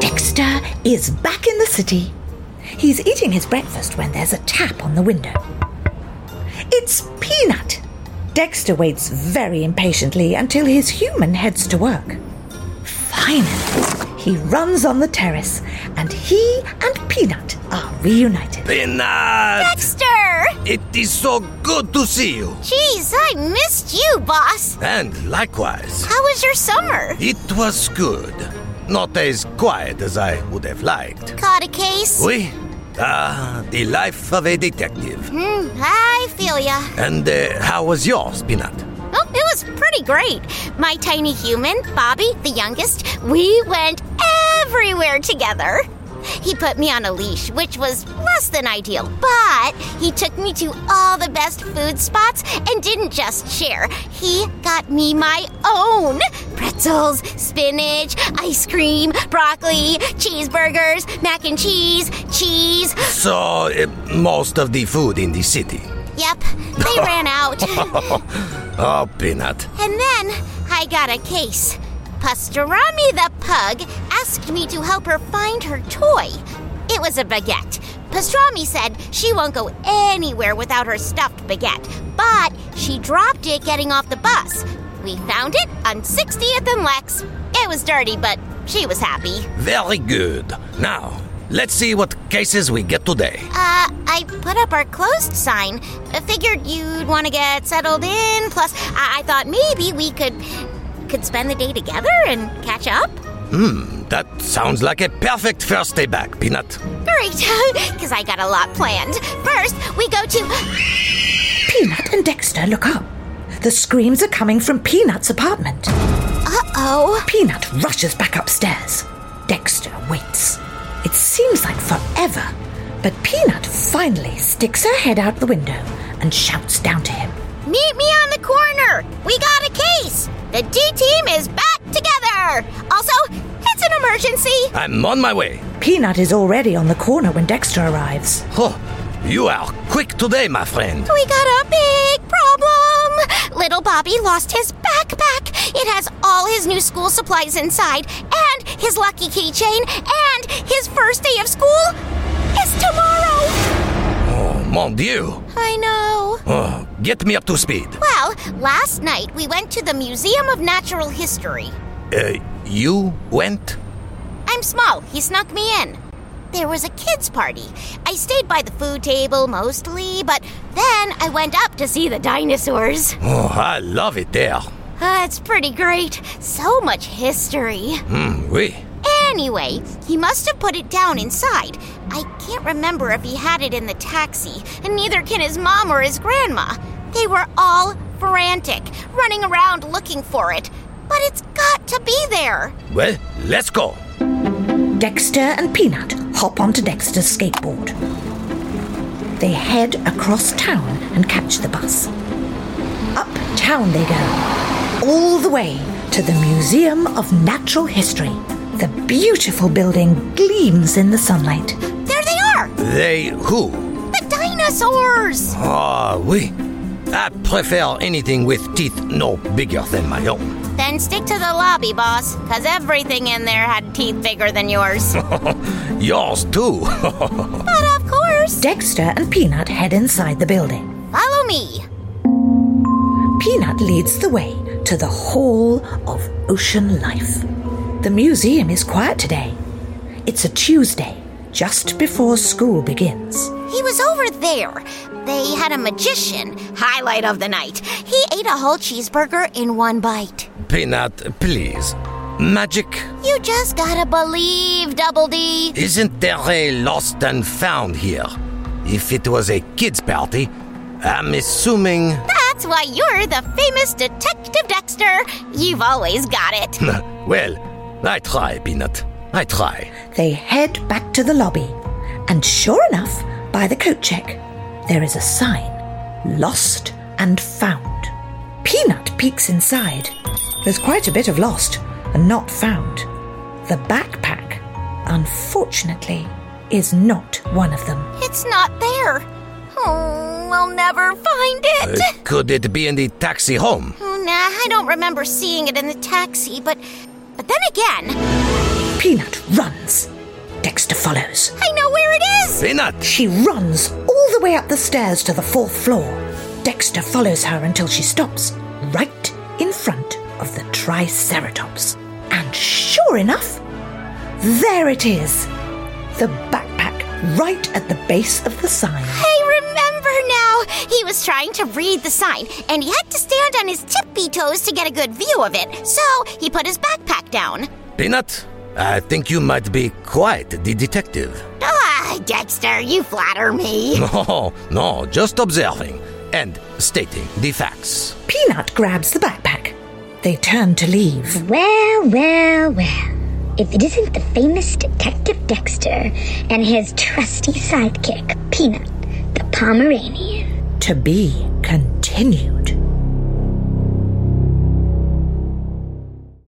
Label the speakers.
Speaker 1: Dexter is back in the city. He's eating his breakfast when there's a tap on the window. It's Peanut! Dexter waits very impatiently until his human heads to work. Finally, he runs on the terrace and he and Peanut are reunited.
Speaker 2: Peanut!
Speaker 3: Dexter!
Speaker 2: It is so good to see you.
Speaker 3: Jeez, I missed you, boss.
Speaker 2: And likewise.
Speaker 3: How was your summer?
Speaker 2: It was good. Not as quiet as I would have liked.
Speaker 3: Caught a case?
Speaker 2: Oui. Ah, the life of a detective.
Speaker 3: Hmm, I feel ya.
Speaker 2: And uh, how was yours, Peanut?
Speaker 3: Oh, it was pretty great. My tiny human, Bobby, the youngest, we went everywhere together. He put me on a leash, which was less than ideal, but he took me to all the best food spots and didn't just share. He got me my own pretzels, spinach, ice cream, broccoli, cheeseburgers, mac and cheese, cheese.
Speaker 2: So, uh, most of the food in the city.
Speaker 3: Yep, they ran out.
Speaker 2: Oh, Peanut.
Speaker 3: And then I got a case. Pastorami the pug asked me to help her find her toy. It was a baguette. Pastrami said she won't go anywhere without her stuffed baguette, but she dropped it getting off the bus. We found it on 60th and Lex. It was dirty, but she was happy.
Speaker 2: Very good. Now, let's see what cases we get today.
Speaker 3: Uh, I put up our closed sign. I figured you'd want to get settled in. Plus, I-, I thought maybe we could could spend the day together and catch up.
Speaker 2: That sounds like a perfect first day back, Peanut.
Speaker 3: Great, because I got a lot planned. First, we go to.
Speaker 1: Peanut and Dexter look up. The screams are coming from Peanut's apartment.
Speaker 3: Uh oh.
Speaker 1: Peanut rushes back upstairs. Dexter waits. It seems like forever, but Peanut finally sticks her head out the window and shouts down to him.
Speaker 3: Meet me on the corner. We got a case. The D team is back together. Also, it's an emergency.
Speaker 2: I'm on my way.
Speaker 1: Peanut is already on the corner when Dexter arrives.
Speaker 2: Oh, you are quick today, my friend.
Speaker 3: We got a big problem. Little Bobby lost his backpack. It has all his new school supplies inside, and his lucky keychain, and his first day of school is tomorrow.
Speaker 2: Oh, mon Dieu.
Speaker 3: I know.
Speaker 2: Oh, get me up to speed.
Speaker 3: Well, last night we went to the Museum of Natural History.
Speaker 2: Uh, you went?
Speaker 3: I'm small. He snuck me in. There was a kids' party. I stayed by the food table mostly, but then I went up to see the dinosaurs.
Speaker 2: Oh, I love it there.
Speaker 3: Ah, it's pretty great. So much history.
Speaker 2: Hmm, oui.
Speaker 3: Anyway, he must have put it down inside. I can't remember if he had it in the taxi, and neither can his mom or his grandma. They were all frantic, running around looking for it. But it's got to be there.
Speaker 2: Well, let's go.
Speaker 1: Dexter and Peanut hop onto Dexter's skateboard. They head across town and catch the bus. Uptown they go, all the way to the Museum of Natural History. The beautiful building gleams in the sunlight.
Speaker 3: There they are!
Speaker 2: They who?
Speaker 3: The dinosaurs!
Speaker 2: Ah, oui. I prefer anything with teeth no bigger than my own.
Speaker 3: Then stick to the lobby, boss, because everything in there had teeth bigger than yours.
Speaker 2: Yours too.
Speaker 3: but of course,
Speaker 1: Dexter and Peanut head inside the building.
Speaker 3: follow me.
Speaker 1: Peanut leads the way to the Hall of Ocean Life. The museum is quiet today. It's a Tuesday, just before school begins.
Speaker 3: He was over there. They had a magician, highlight of the night. He ate a whole cheeseburger in one bite.
Speaker 2: Peanut, please. Magic?
Speaker 3: You just gotta believe, Double D.
Speaker 2: Isn't there a lost and found here? If it was a kids' party, I'm assuming.
Speaker 3: That's why you're the famous Detective Dexter. You've always got it.
Speaker 2: well, I try, Peanut. I try.
Speaker 1: They head back to the lobby, and sure enough, by the coat check, there is a sign Lost and Found. Peanut peeks inside. There's quite a bit of lost and not found. The backpack, unfortunately, is not one of them.
Speaker 3: It's not there. Oh, we'll never find it.
Speaker 2: Uh, could it be in the taxi home?
Speaker 3: Oh, nah, I don't remember seeing it in the taxi, but but then again,
Speaker 1: Peanut runs. Dexter follows.
Speaker 3: I know where it is.
Speaker 2: Peanut!
Speaker 1: She runs all the way up the stairs to the fourth floor. Dexter follows her until she stops right in front of the Triceratops. And sure enough, there it is the backpack right at the base of the sign.
Speaker 3: I remember now. He was trying to read the sign, and he had to stand on his tippy toes to get a good view of it. So he put his backpack down.
Speaker 2: Peanut, I think you might be quite the detective.
Speaker 3: Ah, Dexter, you flatter me.
Speaker 2: No, no, just observing and stating the facts.
Speaker 1: Peanut grabs the backpack. They turn to leave.
Speaker 4: Well, well, well. If it isn't the famous Detective Dexter and his trusty sidekick, Peanut, the Pomeranian.
Speaker 1: To be continued.